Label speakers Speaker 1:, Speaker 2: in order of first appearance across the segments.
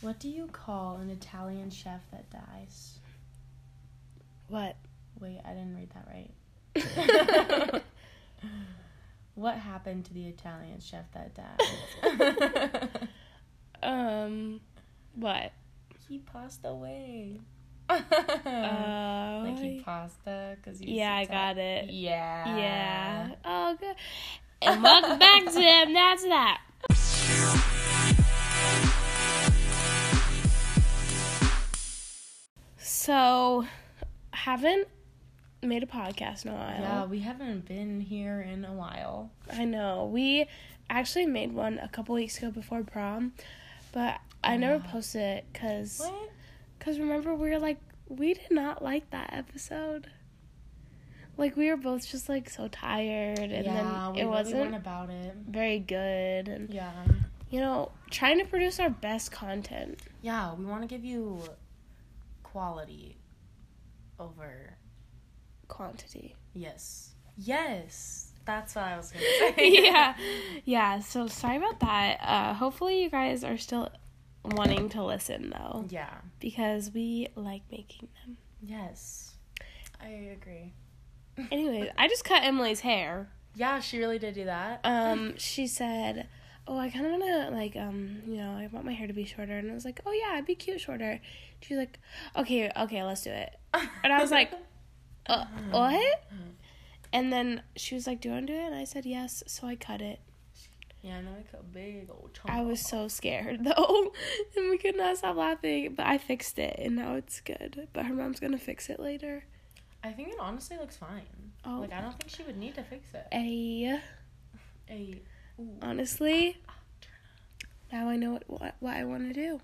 Speaker 1: What do you call an Italian chef that dies?
Speaker 2: What?
Speaker 1: Wait, I didn't read that right. what happened to the Italian chef that died?
Speaker 2: Um, what?
Speaker 1: he passed away.
Speaker 2: Uh,
Speaker 1: like he uh, pasta because
Speaker 2: yeah, I got it.
Speaker 1: Yeah.
Speaker 2: Yeah. Oh, good. And welcome back to them. That's that. So, haven't made a podcast in a while.
Speaker 1: Yeah, we haven't been here in a while.
Speaker 2: I know. We actually made one a couple weeks ago before prom, but I never posted it because
Speaker 1: What?
Speaker 2: because remember we were like we did not like that episode. Like we were both just like so tired,
Speaker 1: yeah,
Speaker 2: and then
Speaker 1: we
Speaker 2: it
Speaker 1: really
Speaker 2: wasn't
Speaker 1: went about it.
Speaker 2: very good, and
Speaker 1: Yeah.
Speaker 2: you know trying to produce our best content.
Speaker 1: Yeah, we want to give you quality over.
Speaker 2: Quantity.
Speaker 1: Yes. Yes. That's what I was going to say.
Speaker 2: yeah, yeah. So sorry about that. Uh, hopefully you guys are still wanting to listen though,
Speaker 1: Yeah.
Speaker 2: because we like making them.
Speaker 1: Yes. I agree.
Speaker 2: Anyways, I just cut Emily's hair.
Speaker 1: Yeah, she really did do that.
Speaker 2: um she said oh i kind of want to like um you know i want my hair to be shorter and i was like oh yeah it'd be cute shorter she's like okay okay let's do it and I was like, uh,
Speaker 1: Uh-huh.
Speaker 2: what and then she was like do you want to do it and i said yes so i cut it
Speaker 1: Yeah, I know I cut a big old chunk.
Speaker 2: i was so scared though and we could not stop laughing but i fixed it and now it's good but her mom's gonna fix it later
Speaker 1: I think it honestly looks fine.
Speaker 2: oh
Speaker 1: Like I don't think she would need to fix it.
Speaker 2: ay.
Speaker 1: Hey, ooh,
Speaker 2: honestly
Speaker 1: ah, turn
Speaker 2: Now I know what, what, what I want to do.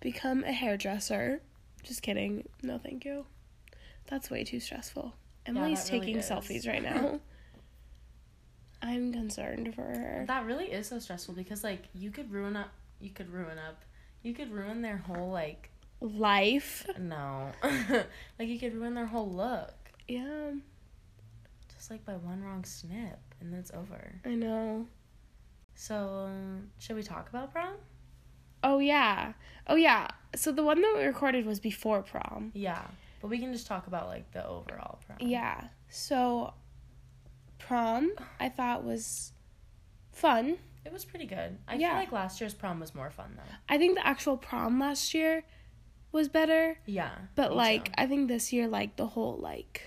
Speaker 2: Become a hairdresser. Just kidding. No, thank you. That's way too stressful. Emily's
Speaker 1: really
Speaker 2: taking
Speaker 1: is.
Speaker 2: selfies right now. I'm concerned for her.
Speaker 1: up. That really is so stressful because like you could ruin up, you could ruin up, you could ruin their whole like
Speaker 2: Life.
Speaker 1: no, like you could ruin their whole look
Speaker 2: Yeah,
Speaker 1: just like by one wrong snip and then it's over.
Speaker 2: I know.
Speaker 1: So um, should we talk about prom?
Speaker 2: Oh, yeah. Oh, yeah. So the one that we recorded was before prom.
Speaker 1: Yeah, but we can just talk about like the overall prom.
Speaker 2: Yeah. So prom, I thought was fun.
Speaker 1: it was pretty good. I
Speaker 2: Yeah.
Speaker 1: feel like last year's prom was more fun though.
Speaker 2: I think the actual prom last year was better.
Speaker 1: Yeah,
Speaker 2: But
Speaker 1: me
Speaker 2: like
Speaker 1: too.
Speaker 2: I think this year like the whole like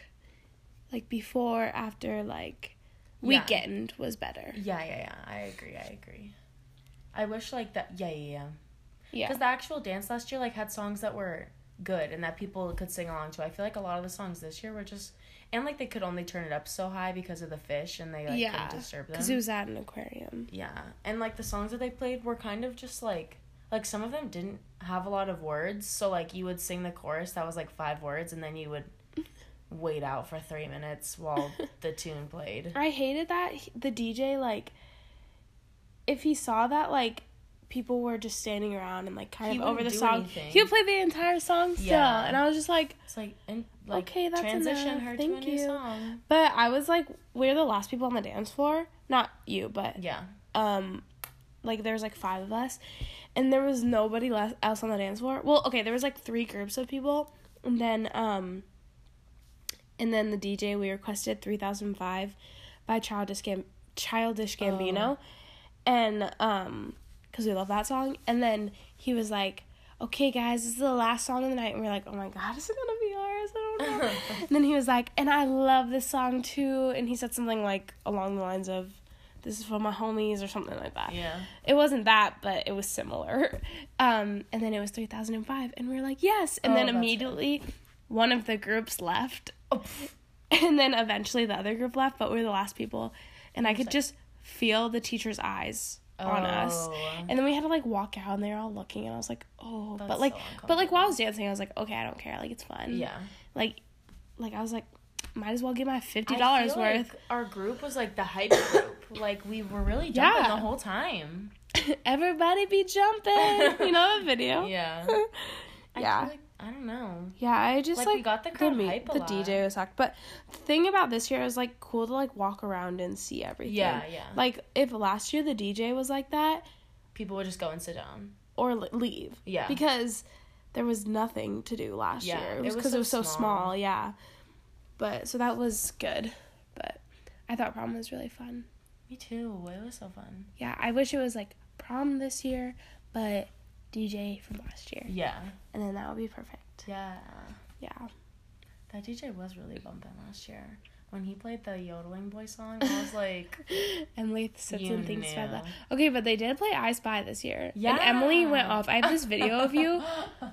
Speaker 2: like before after like
Speaker 1: Yeah.
Speaker 2: weekend was better.
Speaker 1: yeah, yeah, yeah. I agree. I agree. I wish like that. Yeah, yeah, yeah.
Speaker 2: Yeah.
Speaker 1: Because the actual dance last year like had songs that were good and that people could sing along to. I feel like a lot of the songs this year were just and like they could only turn it up so high because of the fish and they like
Speaker 2: Yeah,
Speaker 1: couldn't disturb them.
Speaker 2: Cuz it was at an aquarium.
Speaker 1: yeah. And like the songs that they played were kind of just like like some of them didn't have a lot of words, so like you would sing the chorus that was like five words and then you would wait out for three minutes while the tune played.
Speaker 2: I hated that he- the DJ like if he saw that like people were just standing around and like kind
Speaker 1: He
Speaker 2: of over the
Speaker 1: wouldn't do
Speaker 2: song,
Speaker 1: anything.
Speaker 2: he would play the entire song still.
Speaker 1: Yeah.
Speaker 2: And I was just like
Speaker 1: It's like and like
Speaker 2: Okay, that's
Speaker 1: transition
Speaker 2: enough.
Speaker 1: her
Speaker 2: Thank
Speaker 1: to a new
Speaker 2: you.
Speaker 1: song.
Speaker 2: but I was like we're the last people on the dance floor. Not you, but
Speaker 1: Yeah.
Speaker 2: um like there was like five of us and there was nobody less, else on the dance floor well okay there was like three groups of people and then um and then the dj we requested 3005 by childish Gam- childish gambino and um because we love that song and then he was like okay guys this is the last song of the night and we are like oh my god is it gonna be ours i don't know and then he was like and i love this song too and he said something like along the lines of this is for my homies or something like that
Speaker 1: Yeah.
Speaker 2: it wasn't that, but it was similar. Um, and then it was 3005, and we were like, yes. And
Speaker 1: Oh,
Speaker 2: then
Speaker 1: that's right.
Speaker 2: immediately one of the groups left.
Speaker 1: Oh,
Speaker 2: And then eventually the other group left, but we were the last people. And I could just feel the teacher's eyes on us.
Speaker 1: Oh.
Speaker 2: And then we had to like walk out, and they were all looking, and I was like, oh.
Speaker 1: That's
Speaker 2: but like,
Speaker 1: so
Speaker 2: but like while I
Speaker 1: uncomfortable.
Speaker 2: was dancing, I was like, okay, I don't care. Like, it's fun.
Speaker 1: Yeah.
Speaker 2: Like, like I was like, might as well get my $50
Speaker 1: I
Speaker 2: worth.
Speaker 1: feel like our group was like the hype group. Like we were really jumping
Speaker 2: Yeah.
Speaker 1: the whole time.
Speaker 2: Everybody be jumping. you know that video?
Speaker 1: Yeah. I
Speaker 2: Yeah.
Speaker 1: feel like, I don't know.
Speaker 2: Yeah, I just like,
Speaker 1: Like, we got the crowd
Speaker 2: mu-
Speaker 1: hype a
Speaker 2: the
Speaker 1: lot.
Speaker 2: DJ was hacked, but the thing about this year is like cool to like walk around and see everything.
Speaker 1: Yeah, yeah.
Speaker 2: Like if last year the DJ was like that,
Speaker 1: people would just go and sit down.
Speaker 2: or l- leave
Speaker 1: Yeah.
Speaker 2: because there was nothing to do last
Speaker 1: Yeah,
Speaker 2: year.
Speaker 1: it
Speaker 2: It
Speaker 1: was
Speaker 2: was because
Speaker 1: so
Speaker 2: it was so
Speaker 1: small.
Speaker 2: small. Yeah, but so that was good. But I thought prom was really fun.
Speaker 1: Me too. It was so fun.
Speaker 2: Yeah, I wish it was like prom this year, but DJ from last year,
Speaker 1: Yeah.
Speaker 2: and then that would be perfect.
Speaker 1: Yeah.
Speaker 2: Yeah.
Speaker 1: That DJ was really bumping last year. When he played the yodeling boy song, I was like,
Speaker 2: Emily sits
Speaker 1: You
Speaker 2: and thinks about
Speaker 1: knew.
Speaker 2: that. Okay, but they did play I Spy this year.
Speaker 1: yeah.
Speaker 2: And Emily went off. I have this video of you.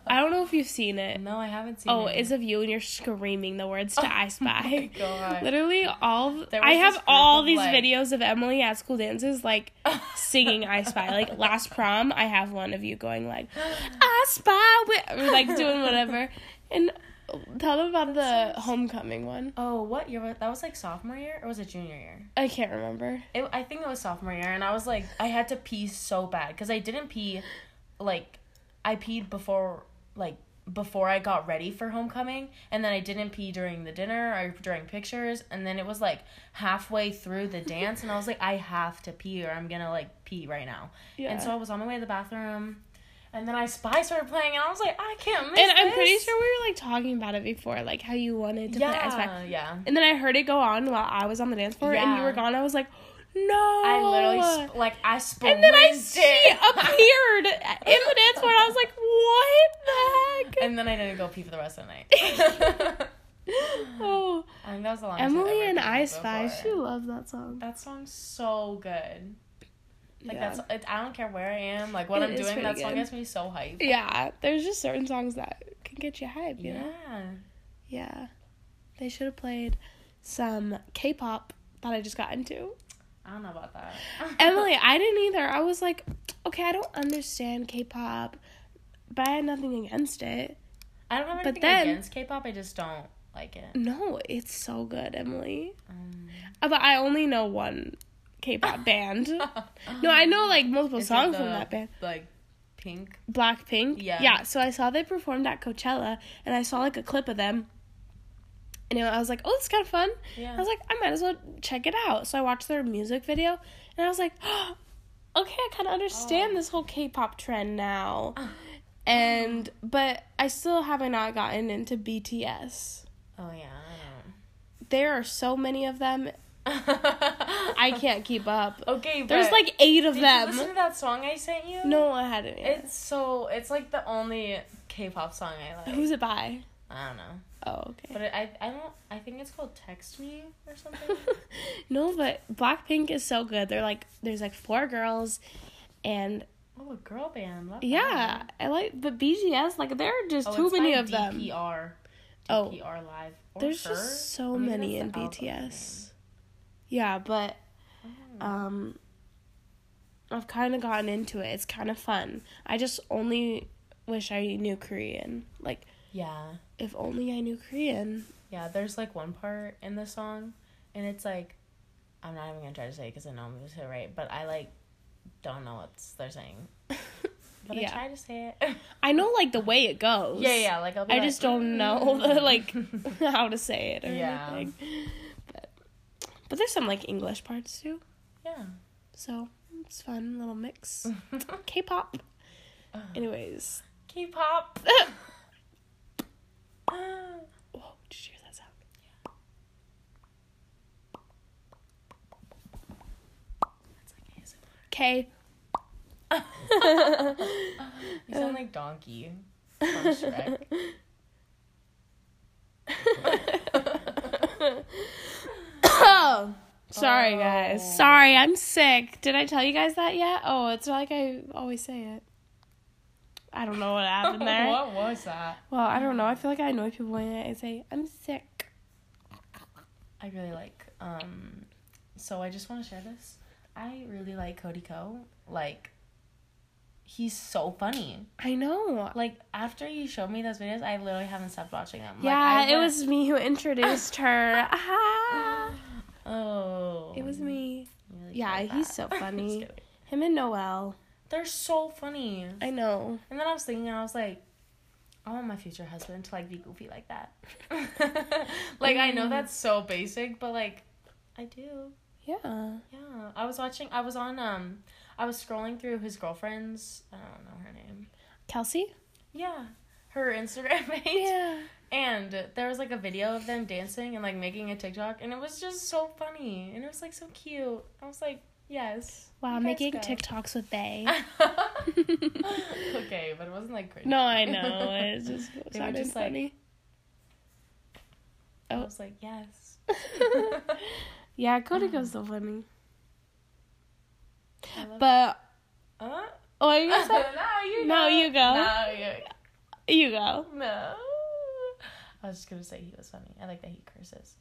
Speaker 2: I don't know if you've seen it.
Speaker 1: No, I haven't seen
Speaker 2: Oh,
Speaker 1: it.
Speaker 2: it's of you and you're screaming the words to I Spy.
Speaker 1: Oh my God.
Speaker 2: Literally all
Speaker 1: There
Speaker 2: I
Speaker 1: was
Speaker 2: have
Speaker 1: this group
Speaker 2: all
Speaker 1: of,
Speaker 2: these
Speaker 1: like-
Speaker 2: videos of Emily at school dances like singing I Spy. Like last prom, I have one of you going like I Spy wi- or, like doing whatever. And tell them about the homecoming one.
Speaker 1: Oh, what year was that? Was like sophomore year or was it junior year?
Speaker 2: I can't remember.
Speaker 1: It, I think it was sophomore year, and I was like, I had to pee so bad because I didn't pee, like, I peed before, like, before I got ready for homecoming, and then I didn't pee during the dinner or during pictures, and then it was like halfway through the dance, and I was like, I have to pee or I'm gonna like pee right now,
Speaker 2: Yeah.
Speaker 1: and so I was on my way to the bathroom, and then I Spy started playing, and I was like, I can't miss.
Speaker 2: And I'm pretty
Speaker 1: this."
Speaker 2: sure we were like talking about it before, like how you wanted to play Ice
Speaker 1: Yeah,
Speaker 2: Pack.
Speaker 1: yeah.
Speaker 2: And then I heard it go on while I was on the dance floor, and you
Speaker 1: Yeah.
Speaker 2: were gone. I was like, no.
Speaker 1: I literally sp- like I sprinted.
Speaker 2: Oh. and then I she appeared in the dance floor, and I was like, what the heck?
Speaker 1: and then I didn't go pee for the rest of the night.
Speaker 2: oh,
Speaker 1: I think that was the longest. I've
Speaker 2: Emily
Speaker 1: ever
Speaker 2: and
Speaker 1: peed
Speaker 2: I Spy.
Speaker 1: before.
Speaker 2: She loved that song.
Speaker 1: That song's so good. Like
Speaker 2: yeah.
Speaker 1: that's. It, I don't care where I am. Like what
Speaker 2: It
Speaker 1: I'm
Speaker 2: is
Speaker 1: doing.
Speaker 2: pretty
Speaker 1: That song
Speaker 2: good.
Speaker 1: gets me so hyped.
Speaker 2: yeah. There's just certain songs that can get you hype, you
Speaker 1: Yeah.
Speaker 2: know? Yeah. They should have played some K-pop that I just got into.
Speaker 1: I don't know about that.
Speaker 2: Emily, I didn't either. I was like, okay, I don't understand K-pop, but I had nothing against it.
Speaker 1: I don't have
Speaker 2: but
Speaker 1: anything
Speaker 2: then-
Speaker 1: against K-pop. I just don't like it.
Speaker 2: No, it's so good, Emily.
Speaker 1: Um,
Speaker 2: Uh, But I only know one K-pop band. No, I know like multiple
Speaker 1: Is it
Speaker 2: songs from
Speaker 1: the,
Speaker 2: that band.
Speaker 1: Like Pink.
Speaker 2: Blackpink.
Speaker 1: Yeah.
Speaker 2: Yeah. So I saw they performed at Coachella, and I saw like a clip of them. And I was like, oh, it's kind of fun.
Speaker 1: Yeah.
Speaker 2: I was like, I might as well check it out. So I watched their music video, and I was like, okay, I kind of understand
Speaker 1: Oh.
Speaker 2: this whole K-pop trend now. And but I still haven't not gotten into BTS.
Speaker 1: oh yeah.
Speaker 2: There are so many of them.
Speaker 1: I don't.
Speaker 2: I can't keep up.
Speaker 1: Okay,
Speaker 2: There's
Speaker 1: but
Speaker 2: like eight of
Speaker 1: did you listen
Speaker 2: them.
Speaker 1: to that song I sent you?
Speaker 2: No, I hadn't. Yet.
Speaker 1: It's so it's like the only K-pop song I like.
Speaker 2: Who's it by?
Speaker 1: I don't know,
Speaker 2: Oh, okay.
Speaker 1: but it, I I don't I think it's called Text Me or something.
Speaker 2: no, but Blackpink is so good. They're like there's like four girls and
Speaker 1: oh, a girl band. Love
Speaker 2: yeah, I like but BGS like there are just
Speaker 1: that.
Speaker 2: too
Speaker 1: Oh, it's
Speaker 2: many
Speaker 1: by
Speaker 2: of them.
Speaker 1: DPR.
Speaker 2: Oh.
Speaker 1: DPR live. Or
Speaker 2: There's
Speaker 1: Her?
Speaker 2: just so
Speaker 1: Or maybe
Speaker 2: many in
Speaker 1: that's the album
Speaker 2: BTS. Yeah, but
Speaker 1: name.
Speaker 2: um I've kind of gotten into it. It's kind of fun. I just only wish I knew Korean. Like
Speaker 1: Yeah,
Speaker 2: if only I knew Korean.
Speaker 1: yeah. There's like one part in the song, and it's like, I'm not even gonna try to say because I know I'm gonna say it right, but I like don't know what they're saying, but
Speaker 2: Yeah.
Speaker 1: I try to say it.
Speaker 2: I know like the way it goes.
Speaker 1: yeah, yeah. Like I'll be
Speaker 2: I
Speaker 1: like,
Speaker 2: just don't know the, like how to say it or
Speaker 1: Yeah.
Speaker 2: anything. But but there's some like English parts too,
Speaker 1: yeah.
Speaker 2: so it's fun little mix.
Speaker 1: Mm.
Speaker 2: K-pop. Anyways,
Speaker 1: K-pop.
Speaker 2: whoa! Did you hear that sound? K.
Speaker 1: you sound like donkey. From Shrek.
Speaker 2: Sorry,
Speaker 1: Oh.
Speaker 2: guys. Sorry, I'm sick. Did I tell you guys that yet? Oh, it's not like I always say it. I don't know what happened there.
Speaker 1: what was that?
Speaker 2: Well, I don't know. I feel like I annoy people when I say I'm sick.
Speaker 1: I really like. Um, so I just want to share this. I really like Cody Co. Like, he's so funny.
Speaker 2: I know.
Speaker 1: Like after you showed me those videos, I literally haven't stopped watching them. Like,
Speaker 2: yeah,
Speaker 1: I
Speaker 2: it
Speaker 1: went-
Speaker 2: was me who introduced her. Ah,
Speaker 1: Oh,
Speaker 2: it was me.
Speaker 1: I really
Speaker 2: Yeah,
Speaker 1: felt
Speaker 2: he's
Speaker 1: that.
Speaker 2: so
Speaker 1: Just
Speaker 2: funny.
Speaker 1: kidding.
Speaker 2: Him and Noel.
Speaker 1: They're so funny.
Speaker 2: I know.
Speaker 1: And then I was thinking, I was like, I want my future husband to like be goofy like that. like I
Speaker 2: Mm.
Speaker 1: know that's so basic, but like, I do.
Speaker 2: Yeah.
Speaker 1: Yeah, I was watching. I was on. Um, I was scrolling through his girlfriend's. I don't know her name.
Speaker 2: Kelsey?
Speaker 1: Yeah, her Instagram page.
Speaker 2: Yeah.
Speaker 1: And there was like a video of them dancing and like making a TikTok, and it was just so funny, and it was like so cute. I was like, yes.
Speaker 2: Wow,
Speaker 1: you guys
Speaker 2: making
Speaker 1: go.
Speaker 2: TikToks with Bay.
Speaker 1: okay, but it wasn't like crazy.
Speaker 2: no, I know. It's just
Speaker 1: They were
Speaker 2: sounded
Speaker 1: just, like-
Speaker 2: funny.
Speaker 1: I was like, yes.
Speaker 2: yeah,
Speaker 1: Oh.
Speaker 2: Codeco's so funny.
Speaker 1: I love-
Speaker 2: But
Speaker 1: Huh?
Speaker 2: oh, I guess I,
Speaker 1: no, you
Speaker 2: No,
Speaker 1: go.
Speaker 2: you go.
Speaker 1: No, you
Speaker 2: you go.
Speaker 1: no. I was just gonna say he was funny. I like that he curses.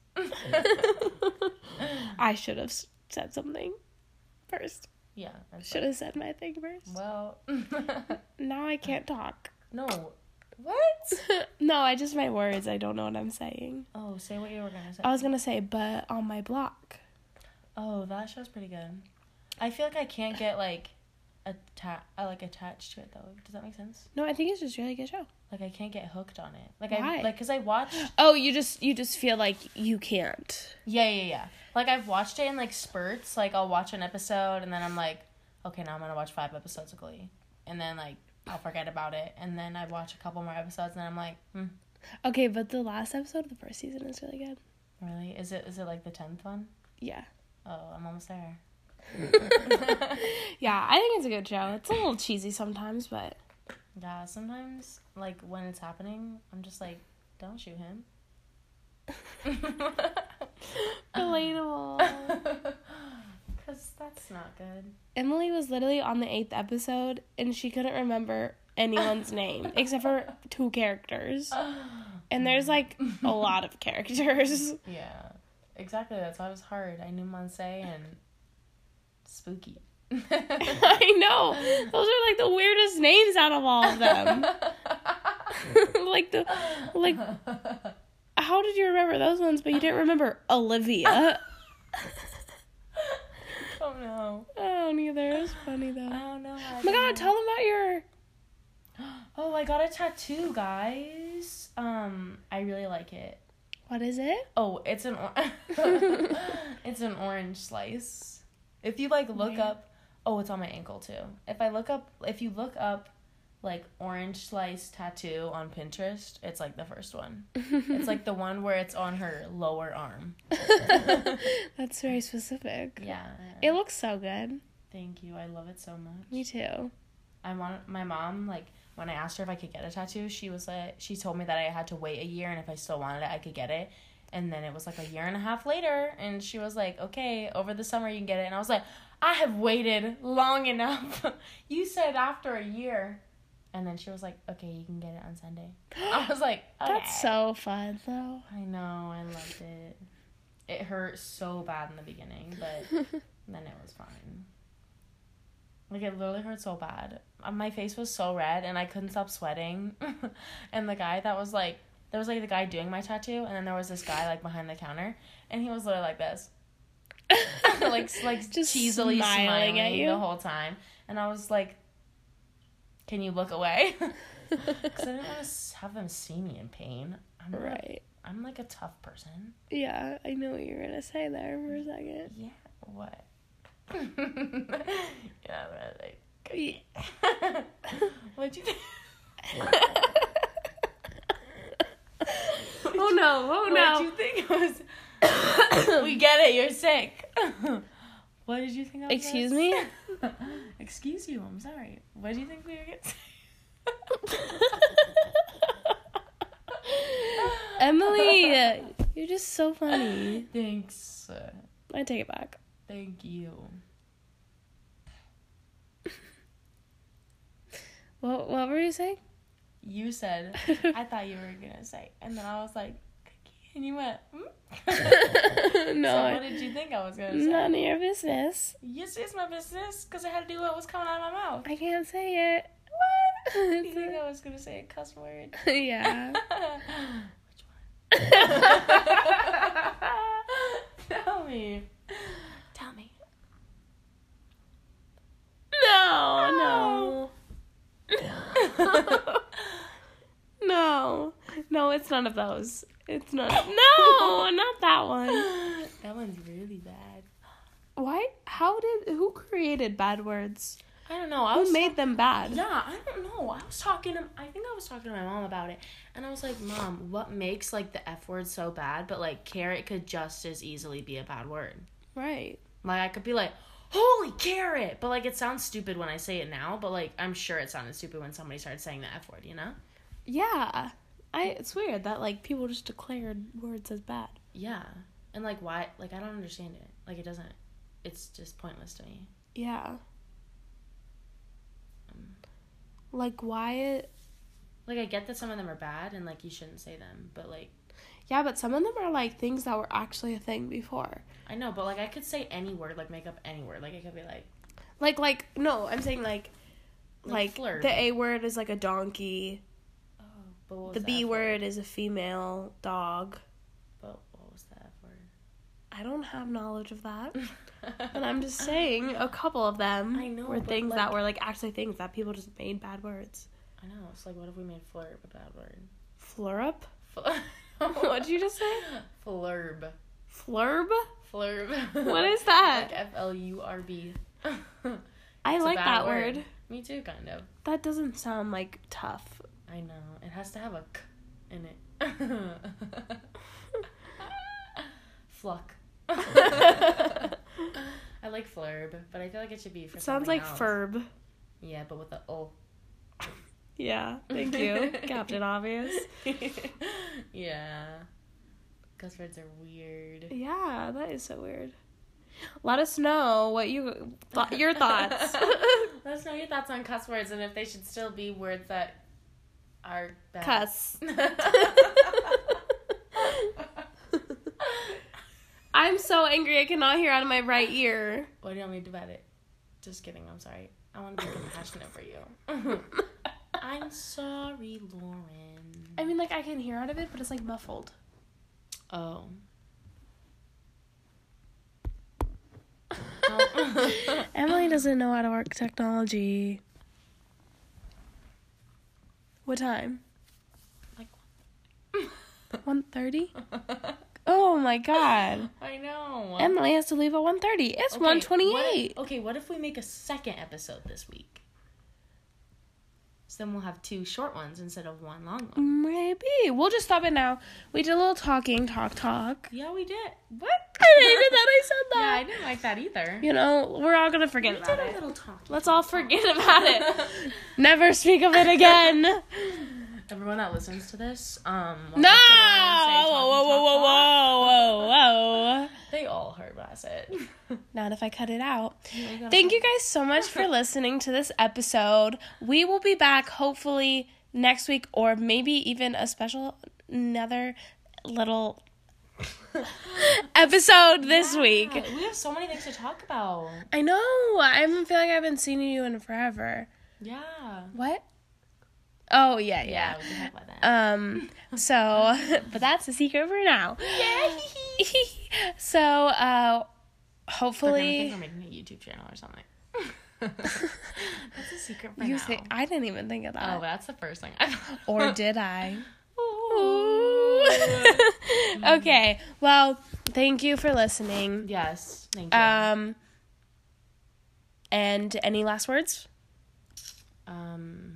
Speaker 2: I should have s- said something first.
Speaker 1: yeah. I'm
Speaker 2: Should have said my thing first.
Speaker 1: sorry. Well.
Speaker 2: Now I can't talk.
Speaker 1: no. What?
Speaker 2: no, I just my words. I don't know what I'm saying.
Speaker 1: Oh, say what you were gonna say.
Speaker 2: I was gonna say, but on my block.
Speaker 1: Oh, that show's pretty good. I feel like I can't get like atta- I like attached to it though. Does that make sense?
Speaker 2: No, I think it's just a really good show.
Speaker 1: Like I can't get hooked on it. Like
Speaker 2: Why?
Speaker 1: I like cuz I watched
Speaker 2: Oh, you just you just feel like you can't.
Speaker 1: Yeah, yeah, yeah. Like I've watched it in like spurts. Like I'll watch an episode and then I'm like, okay, now I'm going to watch 5 episodes of Glee. And then like I'll forget about it and then I watch a couple more episodes and I'm like, hmm,
Speaker 2: Okay, but the last episode of the first season is really good.
Speaker 1: really? Is it is it like the 10th one?
Speaker 2: Yeah.
Speaker 1: Oh, I'm almost there.
Speaker 2: Yeah, I think it's a good show. It's a little cheesy sometimes, but
Speaker 1: Yeah, sometimes like when it's happening, I'm just like, don't shoot him.
Speaker 2: relatable.
Speaker 1: Cuz that's not good.
Speaker 2: Emily was literally on the eighth episode and she couldn't remember anyone's name except for two characters. And there's like a lot of characters.
Speaker 1: Yeah. Exactly. That's why it was hard. I knew Monse and Spooky.
Speaker 2: I know. Those are like the weirdest names out of all of them. like the like how did you remember those ones but you didn't remember Olivia?
Speaker 1: Oh no.
Speaker 2: oh, neither. It was funny though. Oh
Speaker 1: Oh no. I don't
Speaker 2: my god,
Speaker 1: know.
Speaker 2: tell them about your
Speaker 1: Oh, I got a tattoo, guys. Um, I really like it.
Speaker 2: What is it?
Speaker 1: Oh, it's an or- it's an orange slice. If you like look
Speaker 2: Where?
Speaker 1: up, oh, it's on my ankle too. If I look up, if you look up, like orange slice tattoo on Pinterest, it's like the first one. it's like the one where it's on her lower arm.
Speaker 2: That's very specific.
Speaker 1: Yeah.
Speaker 2: It looks so good.
Speaker 1: Thank you. I love it so much.
Speaker 2: Me too.
Speaker 1: I want my mom like when I asked her if I could get a tattoo, she was like she told me that I had to wait a year and if I still wanted it, I could get it. And then it was like a year and a half later and she was like, "Okay, over the summer you can get it." And I was like, "I have waited long enough. you said after a year." And then she was like, "Okay, you can get it on Sunday." I was like, okay.
Speaker 2: That's so fun though.
Speaker 1: I know, I loved it. It hurt so bad in the beginning, but then it was fine. Like it literally hurt so bad. Uh, My face was so red and I couldn't stop sweating. and the guy that was like there was like the guy doing my tattoo and then there was this guy like behind the counter and he was literally like this. like s- like
Speaker 2: Just
Speaker 1: cheesily
Speaker 2: smiling
Speaker 1: smiling,
Speaker 2: at you.
Speaker 1: the whole time. And I was like can you look away? Cuz I didn't want to have them see me in pain. I'm not
Speaker 2: right.
Speaker 1: I'm like a tough person.
Speaker 2: Yeah, I know what you were gonna say there for a second.
Speaker 1: Yeah. What? yeah, but like. What'd you think?
Speaker 2: oh no, oh
Speaker 1: What'd you think I was? we get it. You're sick. what did you think? I was
Speaker 2: Excuse
Speaker 1: gonna
Speaker 2: me?
Speaker 1: say? Excuse you. I'm sorry. What do you think we were getting?
Speaker 2: Emily, uh, you're just so funny.
Speaker 1: Thanks.
Speaker 2: I take it back.
Speaker 1: Thank you.
Speaker 2: What what were you saying?
Speaker 1: You said I thought you were gonna say, and then I was like, and you went.
Speaker 2: no.
Speaker 1: no. So
Speaker 2: I-
Speaker 1: what did you think I was gonna say?
Speaker 2: None of your business.
Speaker 1: Yes, it's my business because I had to do what was coming out of my mouth.
Speaker 2: I can't say it.
Speaker 1: You think I was gonna say a cuss word?
Speaker 2: yeah.
Speaker 1: Which one? Tell me. Tell me.
Speaker 2: No,
Speaker 1: Oh.
Speaker 2: no. no. No, it's none of those. It's not. No, not that one.
Speaker 1: that one's really bad.
Speaker 2: why? How did who created bad words?
Speaker 1: I don't know. I was
Speaker 2: Who made them bad?
Speaker 1: Yeah, I don't know. I was talking to I think I was talking to my mom about it. And I was like, "Mom, what makes like the F word so bad, but like carrot could just as easily be a bad word."
Speaker 2: Right.
Speaker 1: Like I could be like, "Holy carrot." But like it sounds stupid when I say it now, but like I'm sure it sounded stupid when somebody started saying the F word, you know?
Speaker 2: Yeah. I it's weird that like people just declared words as bad.
Speaker 1: Yeah. And like why like I don't understand it. Like it doesn't it's just pointless to me.
Speaker 2: Yeah. Like why it
Speaker 1: Like I get that some of them are bad and like you shouldn't say them, but like
Speaker 2: Yeah, but some of them are like things that were actually a thing before.
Speaker 1: I know, but like I could say any word, like make up any word. Like I could be like
Speaker 2: Like like no, I'm saying like
Speaker 1: Like
Speaker 2: like,
Speaker 1: flirt.
Speaker 2: the A word is like a donkey.
Speaker 1: Oh, but what was
Speaker 2: the B
Speaker 1: F
Speaker 2: word is a female dog.
Speaker 1: But what was the F word?
Speaker 2: I don't have knowledge of that. And I'm just saying a couple of them
Speaker 1: I know,
Speaker 2: were
Speaker 1: but,
Speaker 2: things
Speaker 1: like-
Speaker 2: that were like actually things that people just made bad words.
Speaker 1: I know. It's like, what if we made flurb a bad word?
Speaker 2: Flurp?
Speaker 1: Fl-
Speaker 2: What'd you just say?
Speaker 1: Flurb.
Speaker 2: Flurb?
Speaker 1: Flurb.
Speaker 2: What is that?
Speaker 1: Like F L U R B.
Speaker 2: I
Speaker 1: It's a
Speaker 2: like
Speaker 1: bad
Speaker 2: that
Speaker 1: word.
Speaker 2: word.
Speaker 1: Me too, kind of.
Speaker 2: That doesn't sound like tough.
Speaker 1: I know. It has to have a k in it. Fluck. I like flurb, but I feel like it should be for
Speaker 2: It sounds
Speaker 1: something
Speaker 2: like
Speaker 1: else.
Speaker 2: Ferb.
Speaker 1: Yeah, but with the O.
Speaker 2: Yeah, thank you, Captain Obvious.
Speaker 1: yeah. Cuss words are weird.
Speaker 2: Yeah, that is so weird. Let us know what you th- your thoughts.
Speaker 1: Let us know your thoughts on cuss words and if they should still be words that are bad.
Speaker 2: Cuss. I'm so angry I cannot hear out of my right ear.
Speaker 1: what do you want me to do about it? Just kidding, I'm sorry. I want to be compassionate for you. I'm sorry, Lauren.
Speaker 2: I mean, like I can hear out of it, but it's like muffled.
Speaker 1: Oh.
Speaker 2: Emily doesn't know how to work technology. What time?
Speaker 1: Like
Speaker 2: 1.30? Oh my god.
Speaker 1: I know.
Speaker 2: Emily has to leave at 1.30. It's
Speaker 1: Okay,
Speaker 2: 1.28.
Speaker 1: What, okay, what if we make a second episode this week? So then we'll have two short ones instead of one long one.
Speaker 2: Maybe. We'll just stop it now. We did a little talking, talk, talk.
Speaker 1: Yeah, we did.
Speaker 2: What? I hated that I said
Speaker 1: Yeah,
Speaker 2: that.
Speaker 1: I didn't like that either.
Speaker 2: You know, we're all going to forget
Speaker 1: We
Speaker 2: about
Speaker 1: did
Speaker 2: it.
Speaker 1: a little talk.
Speaker 2: Let's all forget about it. Never speak of it again.
Speaker 1: Everyone that listens to this, um,
Speaker 2: No! Whoa, whoa, whoa, whoa,
Speaker 1: whoa,
Speaker 2: whoa, whoa, whoa.
Speaker 1: they all heard what I said.
Speaker 2: Not if I cut it out. Thank you guys so much for listening to this episode. We will be back hopefully next week or maybe even a special another little episode this week.
Speaker 1: Yeah, we have so many things to talk about.
Speaker 2: I know. I haven't feel like I haven't seen you in forever.
Speaker 1: Yeah.
Speaker 2: What? Oh, yeah,
Speaker 1: Yeah,
Speaker 2: yeah.
Speaker 1: we can talk about that.
Speaker 2: Um so but that's a secret for now. so uh
Speaker 1: They're gonna
Speaker 2: hopefully
Speaker 1: think I'm making a YouTube channel or something. that's a secret for
Speaker 2: you
Speaker 1: now.
Speaker 2: think I didn't even think of that.
Speaker 1: Oh, that's the first thing. I thought.
Speaker 2: or did I?
Speaker 1: Ooh.
Speaker 2: okay. Well, thank you for listening.
Speaker 1: yes, thank you.
Speaker 2: Um and any last words?
Speaker 1: um,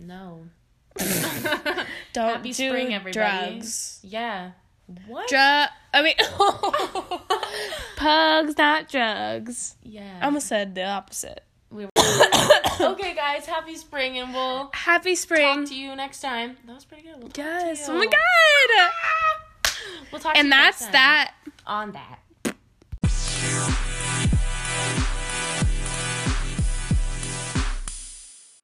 Speaker 1: no.
Speaker 2: Don't
Speaker 1: Happy
Speaker 2: do
Speaker 1: spring, everybody.
Speaker 2: drugs.
Speaker 1: Yeah. What?
Speaker 2: Drug I mean pugs, not drugs.
Speaker 1: yeah.
Speaker 2: I almost said the opposite.
Speaker 1: okay, guys. Happy spring, and we'll
Speaker 2: Happy spring.
Speaker 1: talk to you next time. That was pretty good. We'll talk to
Speaker 2: yes.
Speaker 1: you.
Speaker 2: Oh my god.
Speaker 1: We'll talk. to
Speaker 2: And
Speaker 1: you next
Speaker 2: that's
Speaker 1: time.
Speaker 2: that.
Speaker 1: On that.